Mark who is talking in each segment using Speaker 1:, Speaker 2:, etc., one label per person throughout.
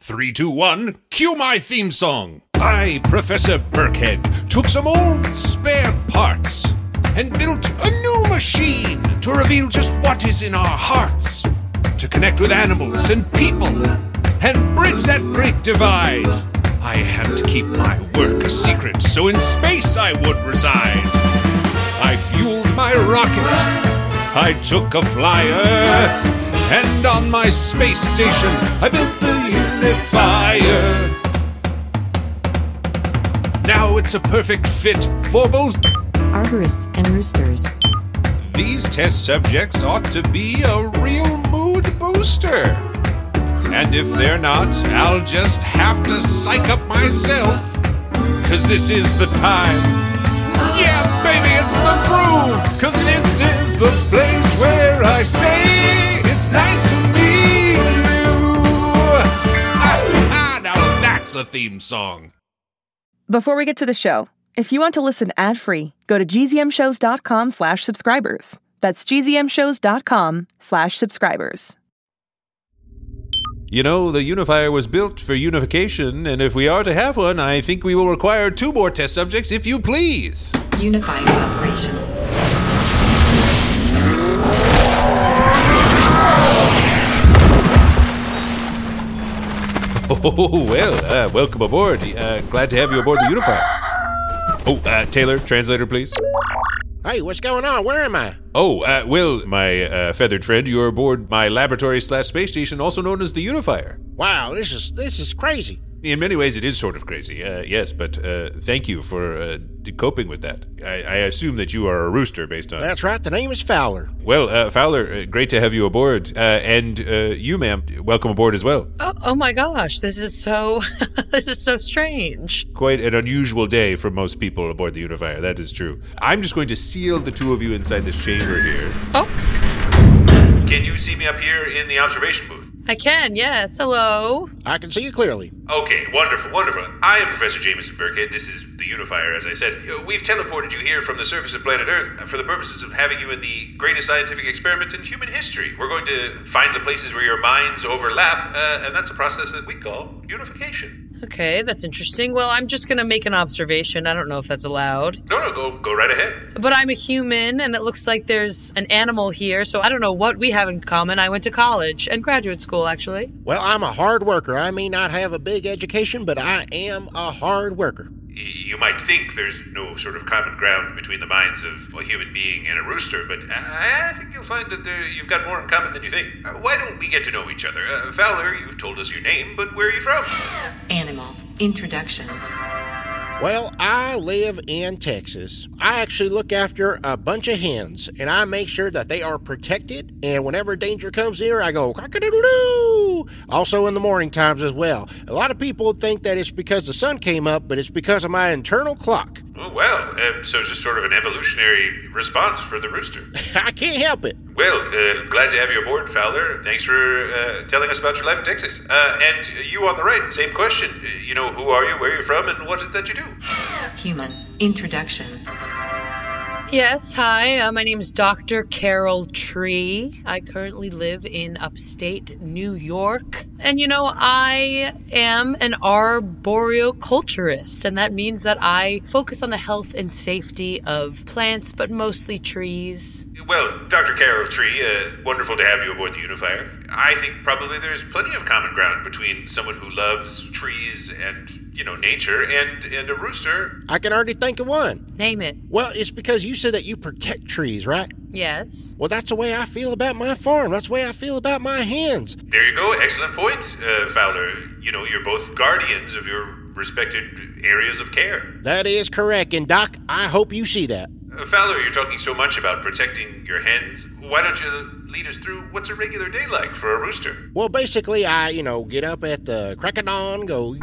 Speaker 1: Three, two, one, cue my theme song. I, Professor Burkhead, took some old spare parts and built a new machine to reveal just what is in our hearts, to connect with animals and people, and bridge that great divide. I had to keep my work a secret, so in space I would reside. I fueled my rocket, I took a flyer. And on my space station, I built the unifier. Now it's a perfect fit for both.
Speaker 2: arborists and roosters.
Speaker 1: These test subjects ought to be a real mood booster. And if they're not, I'll just have to psych up myself. Cause this is the time. Yeah, baby, it's the groove. Cause this is the place where I say it's nice to meet you. Ah, ah, now that's a theme song.
Speaker 3: Before we get to the show, if you want to listen ad-free, go to gzmshows.com slash subscribers. That's gzmshows.com slash subscribers.
Speaker 4: You know, the unifier was built for unification, and if we are to have one, I think we will require two more test subjects, if you please.
Speaker 5: Unifying operation.
Speaker 4: Oh, well, uh, welcome aboard. Uh, glad to have you aboard the unifier. Oh, uh, Taylor, translator, please.
Speaker 6: Hey, what's going on? Where am I?
Speaker 4: Oh, uh, Will, my uh, feathered friend, you're aboard my laboratory slash space station, also known as the Unifier.
Speaker 6: Wow, this is this is crazy.
Speaker 4: In many ways, it is sort of crazy, uh, yes, but uh, thank you for uh, d- coping with that. I-, I assume that you are a rooster based on.
Speaker 6: That's right. The name is Fowler.
Speaker 4: Well, uh, Fowler, uh, great to have you aboard. Uh, and uh, you, ma'am, welcome aboard as well.
Speaker 7: Oh, oh my gosh, this is so this is so strange.
Speaker 4: Quite an unusual day for most people aboard the Unifier, that is true. I'm just going to seal the two of you inside this chamber here.
Speaker 7: Oh,
Speaker 4: Can you see me up here in the observation booth?
Speaker 7: I can. Yes. Hello.
Speaker 6: I can see you clearly.
Speaker 4: Okay, wonderful, wonderful. I am Professor Jameson Burkhead. This is the Unifier, as I said. Uh, We've teleported you here from the surface of planet Earth uh, for the purposes of having you in the greatest scientific experiment in human history. We're going to find the places where your minds overlap, uh, and that's a process that we call unification.
Speaker 7: Okay, that's interesting. Well, I'm just gonna make an observation. I don't know if that's allowed,
Speaker 4: No, no, go, go right ahead.
Speaker 7: but I'm a human, and it looks like there's an animal here. So I don't know what we have in common. I went to college and graduate school, actually.
Speaker 6: Well, I'm a hard worker. I may not have a big education, but I am a hard worker.
Speaker 4: Y- You might think there's no sort of common ground between the minds of a human being and a rooster, but I I think you'll find that there, you've got more in common than you think. Uh, Why don't we get to know each other? Uh, Fowler, you've told us your name, but where are you from?
Speaker 5: Animal. Introduction.
Speaker 6: Well, I live in Texas. I actually look after a bunch of hens, and I make sure that they are protected. And whenever danger comes near, I go cock-a-doodle-doo. Also in the morning times as well. A lot of people think that it's because the sun came up, but it's because of my internal clock.
Speaker 4: Oh, well, uh, so it's just sort of an evolutionary response for the rooster.
Speaker 6: I can't help it.
Speaker 4: Well, uh, glad to have you aboard, Fowler. Thanks for uh, telling us about your life in Texas. Uh, and you on the right, same question. Uh, you know, who are you, where are you from, and what is it that you do?
Speaker 5: Human. Introduction.
Speaker 7: Yes. Hi. Uh, my name's Dr. Carol Tree. I currently live in upstate New York, and you know I am an arboriculturist, and that means that I focus on the health and safety of plants, but mostly trees.
Speaker 4: Uh, Well, Dr. Carol Tree, uh, wonderful to have you aboard the Unifier. I think probably there's plenty of common ground between someone who loves trees and, you know, nature and, and a rooster.
Speaker 6: I can already think of one.
Speaker 7: Name it.
Speaker 6: Well, it's because you said that you protect trees, right?
Speaker 7: Yes.
Speaker 6: Well, that's the way I feel about my farm. That's the way I feel about my hens.
Speaker 4: There you go. Excellent point, uh, Fowler. You know, you're both guardians of your respected areas of care.
Speaker 6: That is correct. And, Doc, I hope you see that.
Speaker 4: Uh, Fowler, you're talking so much about protecting your hens. Why don't you lead us through what's a regular day like for a rooster?
Speaker 6: Well, basically, I, you know, get up at the crack of dawn, go,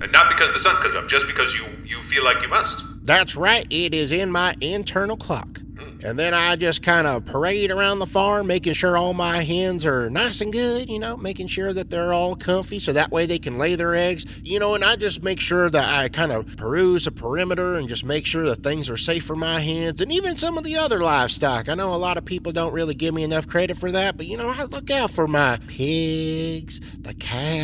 Speaker 4: And not because the sun comes up, just because you, you feel like you must.
Speaker 6: that's right, it is in my internal clock.
Speaker 4: Hmm,
Speaker 6: And then I just kind of parade around the farm, making sure all my hens are nice and good, you know, making sure that they're all comfy so that way they can lay their eggs, you know, and I just make sure that I kind of peruse the perimeter and just make sure that things are safe for my hens and even some of the other livestock. I know a lot of people don't really give me enough credit for that, but you know, I look out for my pigs, the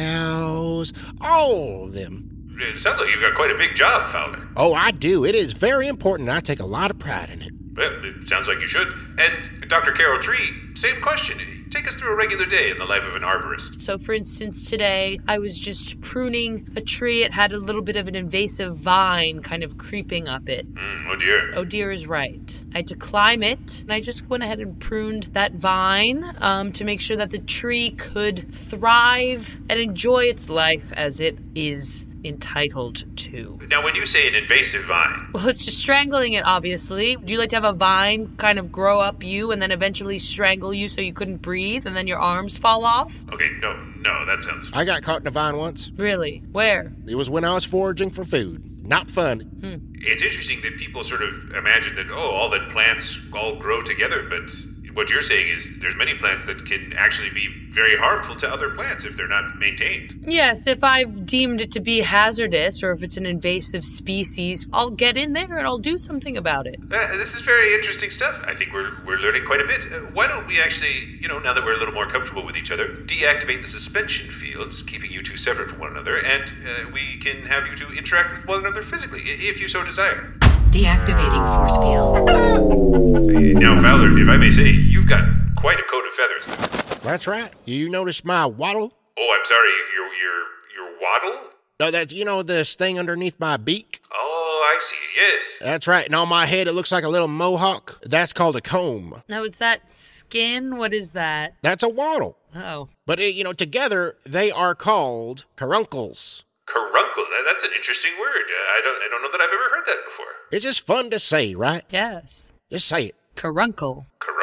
Speaker 6: cows, all of them.
Speaker 4: It sounds like you've got quite a big job, Fowler.
Speaker 6: Oh, I do. It is very important. I take a lot of pride in it.
Speaker 4: Well, it sounds like you should. And Dr. Carol Tree, same question. Take us through a regular day in the life of an arborist.
Speaker 7: So, for instance, today I was just pruning a tree. It had a little bit of an invasive vine kind of creeping up it.
Speaker 4: Mm, oh dear.
Speaker 7: Oh dear is right. I had to climb it, and I just went ahead and pruned that vine um, to make sure that the tree could thrive and enjoy its life as it is entitled to.
Speaker 4: Now, when you say an invasive vine,
Speaker 7: Well, it's just strangling it, obviously. Do you like to have a vine kind of grow up you and then eventually strangle you so you couldn't breathe and then your arms fall off?
Speaker 4: okay, no, no, that sounds.
Speaker 6: I got caught in a vine once.
Speaker 7: Really? Where?
Speaker 6: It was when I was foraging for food. Not fun.
Speaker 4: It's interesting that people sort of imagine that, oh, all that plants all grow together, but what you're saying is there's many plants that can actually be very harmful to other plants if they're not maintained.
Speaker 7: Yes, if I've deemed it to be hazardous or if it's an invasive species, I'll get in there and I'll do something about it.
Speaker 4: Uh, this is very interesting stuff. I think we're, we're learning quite a bit. Uh, why don't we actually, you know, now that we're a little more comfortable with each other, deactivate the suspension fields, keeping you two separate from one another, and uh, we can have you two interact with one another physically, i- if you so desire.
Speaker 5: Deactivating force field.
Speaker 4: Now, Fowler, if I may say, you've got quite a coat of feathers.
Speaker 6: That's right. You noticed my waddle?
Speaker 4: Oh, I'm sorry, your your your waddle?
Speaker 6: No, that's, you know, this thing underneath my beak?
Speaker 4: Oh, I see. Yes.
Speaker 6: That's right. And on my head, it looks like a little mohawk. That's called a comb.
Speaker 7: Now, Oh, is that skin? What is that?
Speaker 6: That's a waddle.
Speaker 7: Oh,
Speaker 6: But, it, you know, together, they are called caruncles.
Speaker 4: Caruncle. That, that's an interesting word. Uh, I don't I don't know that I've ever heard that before.
Speaker 6: It's just fun to say, right?
Speaker 7: yes.
Speaker 6: Just say it.
Speaker 7: Caruncle.
Speaker 4: Caruncles.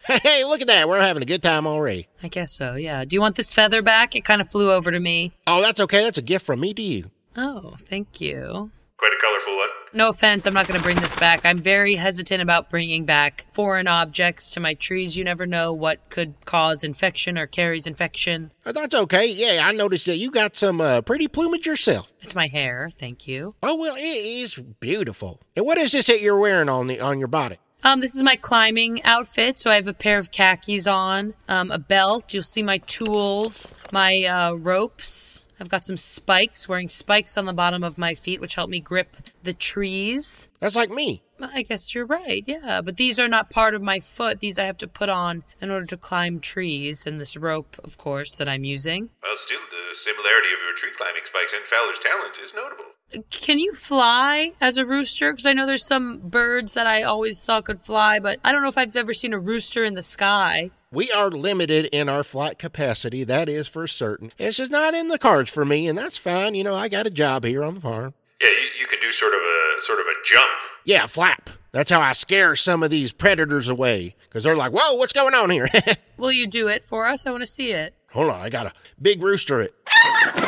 Speaker 6: Hey, hey, look at that. We're having a good time already.
Speaker 7: I guess so, yeah. Do you want this feather back? It kind of flew over to me.
Speaker 6: Oh, that's okay. That's a gift from me to you.
Speaker 7: Oh, thank you.
Speaker 4: Quite a colorful one.
Speaker 7: No offense, I'm not going to bring this back. I'm very hesitant about bringing back foreign objects to my trees. You never know what could cause infection or carries infection.
Speaker 6: Uh, That's okay. Yeah, I noticed that you got some uh, pretty plumage yourself.
Speaker 7: It's my hair, thank you.
Speaker 6: Oh well, it is beautiful. And what is this that you're wearing on the on your body?
Speaker 7: Um, this is my climbing outfit. So I have a pair of khakis on, um, a belt. You'll see my tools, my uh, ropes. I've got some spikes, wearing spikes on the bottom of my feet, which help me grip the trees.
Speaker 6: That's like me.
Speaker 7: I guess you're right, yeah. But these are not part of my foot. These I have to put on in order to climb trees, and this rope, of course, that I'm using.
Speaker 4: Well, still, the similarity of your tree climbing spikes and Fowler's talent is notable.
Speaker 7: Can you fly as a rooster? Because I know there's some birds that I always thought could fly, but I don't know if I've ever seen a rooster in the sky.
Speaker 6: We are limited in our flight capacity. That is for certain. It's just not in the cards for me, and that's fine. You know, I got a job here on the farm.
Speaker 4: Yeah, you, you can do sort of a sort of a jump.
Speaker 6: Yeah, flap. That's how I scare some of these predators away because they're like, "Whoa, what's going on here?"
Speaker 7: Will you do it for us? I want to see it.
Speaker 6: Hold on, I got a big rooster. It.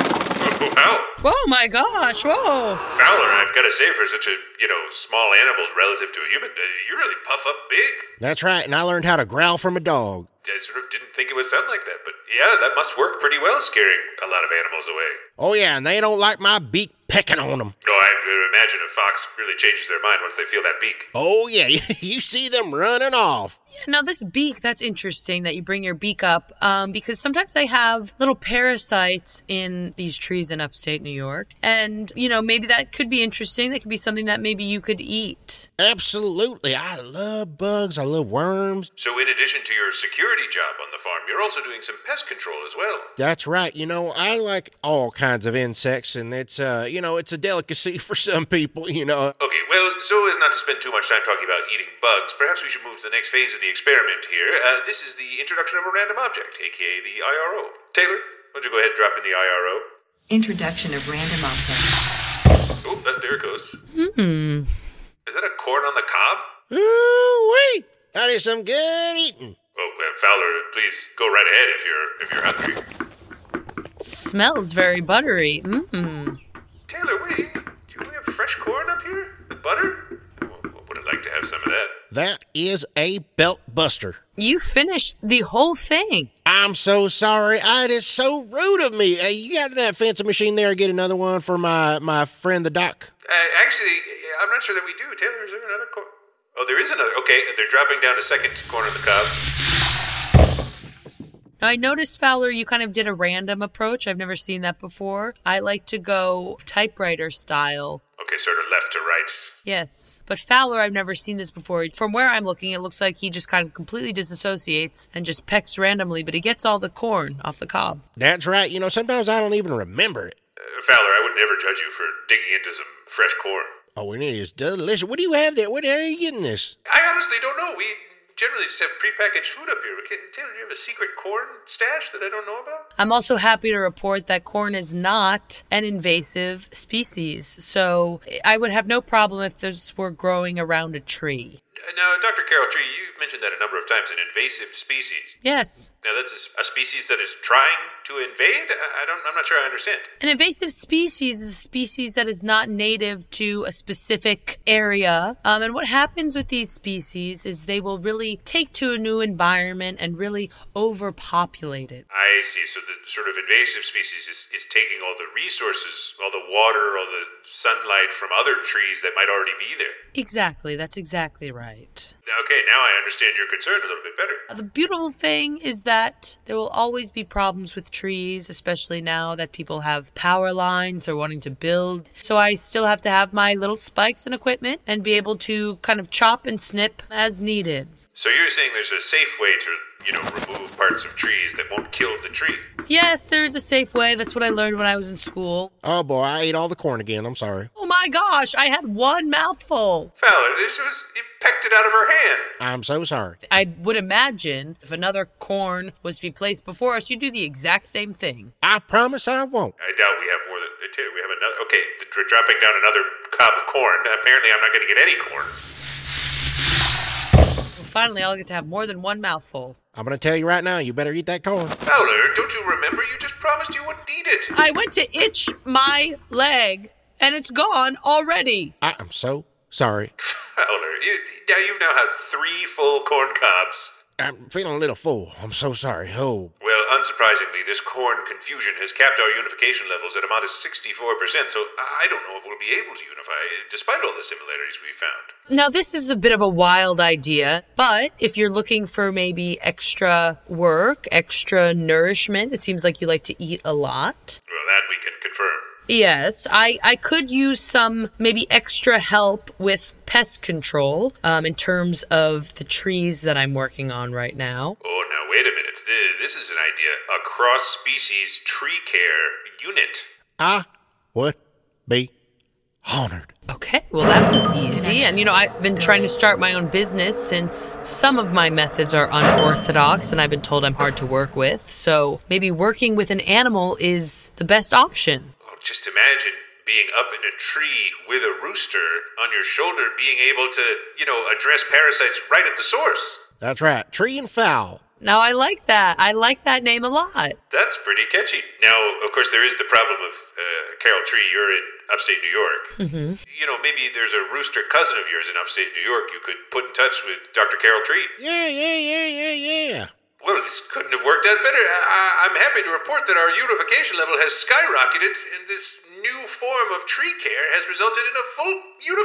Speaker 4: wow,
Speaker 7: Oh my gosh, whoa!
Speaker 4: Fowler, I've got to say, for such a you know small animal relative to a human, uh, you really puff up big.
Speaker 6: That's right, and I learned how to growl from a dog.
Speaker 4: I sort of didn't think it would sound like that, but yeah, that must work pretty well scaring a lot of animals away.
Speaker 6: Oh yeah, and they don't like my beak pecking on them.
Speaker 4: No, I I imagine a fox really changes their mind once they feel that beak.
Speaker 6: Oh yeah, you see them running off.
Speaker 7: Yeah, now this beak, that's interesting that you bring your beak up, um, because sometimes I have little parasites in these trees in upstate New York, and you know maybe that could be interesting. That could be something that maybe you could eat.
Speaker 6: Absolutely. I love bugs. I love worms.
Speaker 4: So, in addition to your security job on the farm, you're also doing some pest control as well.
Speaker 6: That's right. You know, I like all kinds of insects and it's uh, you know, it's a delicacy for some people, you know.
Speaker 4: Okay, well, so as not to spend too much time talking about eating bugs, perhaps we should move to the next phase of the experiment here. Uh, this is the introduction of a random object, aka the IRO. Taylor, why don't you go ahead and drop in the IRO?
Speaker 5: Introduction of random objects.
Speaker 4: Oh, that, there it goes. Hmm. Is that a corn on the cob?
Speaker 6: Ooh wee. That is some good eating.
Speaker 4: Oh, uh, Fowler, please go right ahead if you're if you're hungry.
Speaker 7: Smells very buttery. Mm.
Speaker 4: Oh, Taylor, what do you? Do we have fresh corn up here? With butter? I would have liked to have some of that.
Speaker 6: That is a belt buster.
Speaker 7: You finished the whole thing.
Speaker 6: I'm so sorry. It is so rude of me. Hey, you got that fancy machine there? Get another one for my my friend the doc.
Speaker 4: Uh, actually, I'm not sure that we do. Taylor, is there another cor- Oh, there is another. Okay, they're dropping down a second corner of the cob.
Speaker 7: Now, I noticed, Fowler, you kind of did a random approach. I've never seen that before. I like to go typewriter style.
Speaker 4: Okay, sort of left to right.
Speaker 7: Yes. But Fowler, I've never seen this before. From where I'm looking, it looks like he just kind of completely disassociates and just pecks randomly, but he gets all the corn off the cob.
Speaker 6: That's right. You know, sometimes I don't even remember it.
Speaker 4: Uh, Fowler, I would never judge you for digging into some fresh corn.
Speaker 6: Oh, and it is delicious. What do you have there? Where the hell are you getting this?
Speaker 4: I honestly don't know. We generally just have prepackaged food up here. Okay, Taylor, do you have a secret corn stash that I don't know about?
Speaker 7: I'm also happy to report that corn is not an invasive species, so I would have no problem if this were growing around a tree.
Speaker 4: Uh, Now, Dr. Carol Tree, you've mentioned that a number of times an invasive species.
Speaker 7: Yes.
Speaker 4: Now, that's a, s- a species that is trying to invade? I, I don't, I'm not sure I understand.
Speaker 7: An invasive species is a species that is not native to a specific area. Um, and what happens with these species is they will really take to a new environment and really overpopulate it.
Speaker 4: I see. So the sort of invasive species is, is taking all the resources, all the water, all the sunlight from other trees that might already be there.
Speaker 7: Exactly, that's exactly right.
Speaker 4: Okay, now I understand your concern a little bit better.
Speaker 7: The beautiful thing is that there will always be problems with trees, especially now that people have power lines or wanting to build. So I still have to have my little spikes and equipment and be able to kind of chop and snip as needed.
Speaker 4: So you're saying there's a safe way to, you know, remove parts of trees that won't kill the tree?
Speaker 7: Yes, there is a safe way. That's what I learned when I was in school.
Speaker 6: Oh boy, I ate all the corn again. I'm sorry.
Speaker 7: Oh my gosh, I had one mouthful.
Speaker 4: Fowler, this was you pecked it out of her hand.
Speaker 6: I'm so sorry.
Speaker 7: I would imagine if another corn was to be placed before us, you'd do the exact same thing.
Speaker 6: I promise I won't.
Speaker 4: I doubt we have more than uh, Taylor, We have another. Okay, th- dr- dropping down another cob of corn. Apparently, I'm not going to get any corn.
Speaker 7: Finally, I'll get to have more than one mouthful.
Speaker 6: I'm gonna tell you right now. You better eat that corn.
Speaker 4: Fowler, don't you remember? You just promised you wouldn't eat it.
Speaker 7: I went to itch my leg and it's gone already.
Speaker 6: I am so sorry.
Speaker 4: Fowler, you, now you've now had three full corn cobs.
Speaker 6: I'm feeling a little full. I'm so sorry. Oh,
Speaker 4: Well, unsurprisingly, this corn confusion has capped our unification levels at a modest 64%, so I don't know if we'll be able to unify, despite all the similarities we found.
Speaker 7: Now, this is a bit of a wild idea, but if you're looking for maybe extra work, extra nourishment, it seems like you like to eat a lot.
Speaker 4: Well, that we can confirm.
Speaker 7: Yes, I, I could use some maybe extra help with pest control um, in terms of the trees that I'm working on right now.
Speaker 4: Oh, now wait a minute. Th- This is an idea. A cross species tree care unit.
Speaker 6: I would be honored.
Speaker 7: Okay, well, that was easy. And, you know, I've been trying to start my own business since some of my methods are unorthodox and I've been told I'm hard to work with. So maybe working with an animal is the best option.
Speaker 4: Oh, just imagine being up in a tree with a rooster on your shoulder, being able to, you know, address parasites right at the source.
Speaker 6: That's right. Tree and fowl.
Speaker 7: Now, I like that. I like that name a lot.
Speaker 4: That's pretty catchy. Now, of course, there is the problem of uh, Carol Tree. You're in upstate New York. Mm-hmm. You know, maybe there's a rooster cousin of yours in upstate New York you could put in touch with Dr. Carol Tree.
Speaker 6: Yeah, yeah, yeah, yeah, yeah.
Speaker 4: Well, this couldn't have worked out better. I- I- I'm happy to report that our unification level has skyrocketed, and this new form of tree care has resulted in a full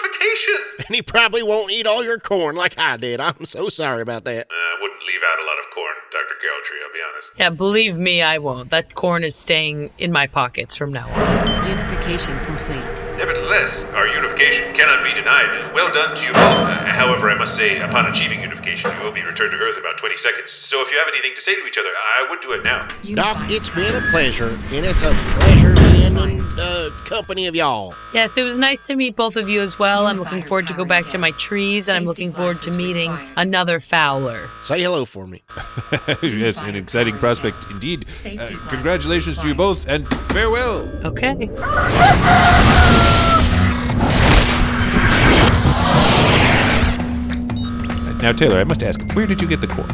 Speaker 4: unification.
Speaker 6: And he probably won't eat all your corn like I did. I'm so sorry about that.
Speaker 4: Uh, I wouldn't leave out a lot of corn, Dr. Galtree, I'll be honest.
Speaker 7: Yeah, believe me, I won't. That corn is staying in my pockets from now on.
Speaker 5: Unification complete.
Speaker 4: Nevertheless, our unification cannot be denied. Well done to you both. Uh, however, I must say, upon achieving unification, you will be returned to Earth about 20 seconds. So if you have anything to say to each other, I would do it now.
Speaker 6: Doc, it's been a pleasure, and it's a pleasure being in the company of y'all.
Speaker 7: Yes, it was nice to meet both of you as well. I'm looking
Speaker 5: Unifier
Speaker 7: forward to go
Speaker 5: power
Speaker 7: back to
Speaker 5: down.
Speaker 7: my trees and I'm
Speaker 5: Safety
Speaker 7: looking forward to
Speaker 5: glasses
Speaker 7: meeting
Speaker 5: required.
Speaker 7: another Fowler.
Speaker 6: Say hello for me.
Speaker 1: it's an exciting prospect indeed. Uh, congratulations to you both, and farewell.
Speaker 7: Okay.
Speaker 1: Now, Taylor, I must ask, where did you get the corn?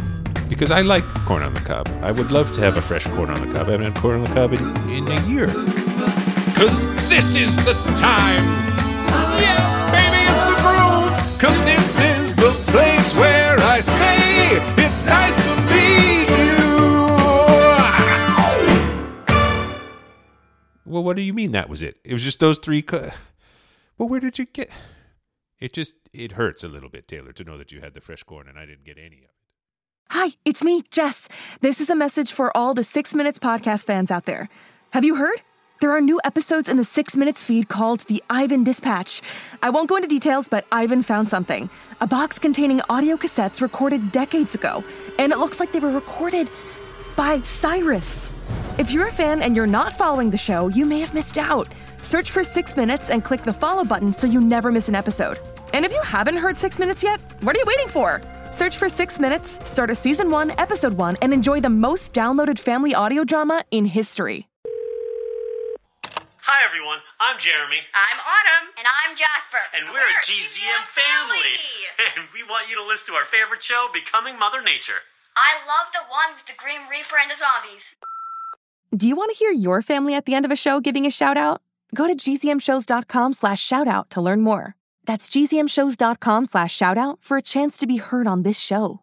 Speaker 1: Because I like corn on the cob. I would love to have a fresh corn on the cob. I haven't had corn on the cob in, in a year. Oh,
Speaker 8: Cause this is the time. Yeah, baby, it's the groove.
Speaker 4: Cause this is the place where I say it's nice to meet you. Well, what do you mean that was it? It was just those three. Co- well, where did you get? It just it hurts a little bit, Taylor, to know that you had the fresh corn and I didn't get any of it.
Speaker 3: Hi, it's me, Jess. This is a message for all the Six Minutes podcast fans out there. Have you heard? There are new episodes in the Six Minutes feed called the Ivan Dispatch. I won't go into details, but Ivan found something a box containing audio cassettes recorded decades ago, and it looks like they were recorded by Cyrus. If you're a fan and you're not following the show, you may have missed out. Search for Six Minutes and click the follow button so you never miss an episode. And if you haven't heard Six Minutes yet, what are you waiting for? Search for Six Minutes, start a season one, episode one, and enjoy the most downloaded family audio drama in history.
Speaker 8: Hi, everyone. I'm Jeremy,
Speaker 9: I'm Autumn. And I'm Jasper.
Speaker 8: and we're a GZM family. And we want you to listen to our favorite show, Becoming Mother Nature.
Speaker 9: I love the one with the Grim Reaper and the zombies.
Speaker 3: Do you want to hear your family at the end of a show giving a shout out? Go to gzmshows.com slash shout out to learn more. That's gzmshows.com slash shout out for a chance to be heard on this show.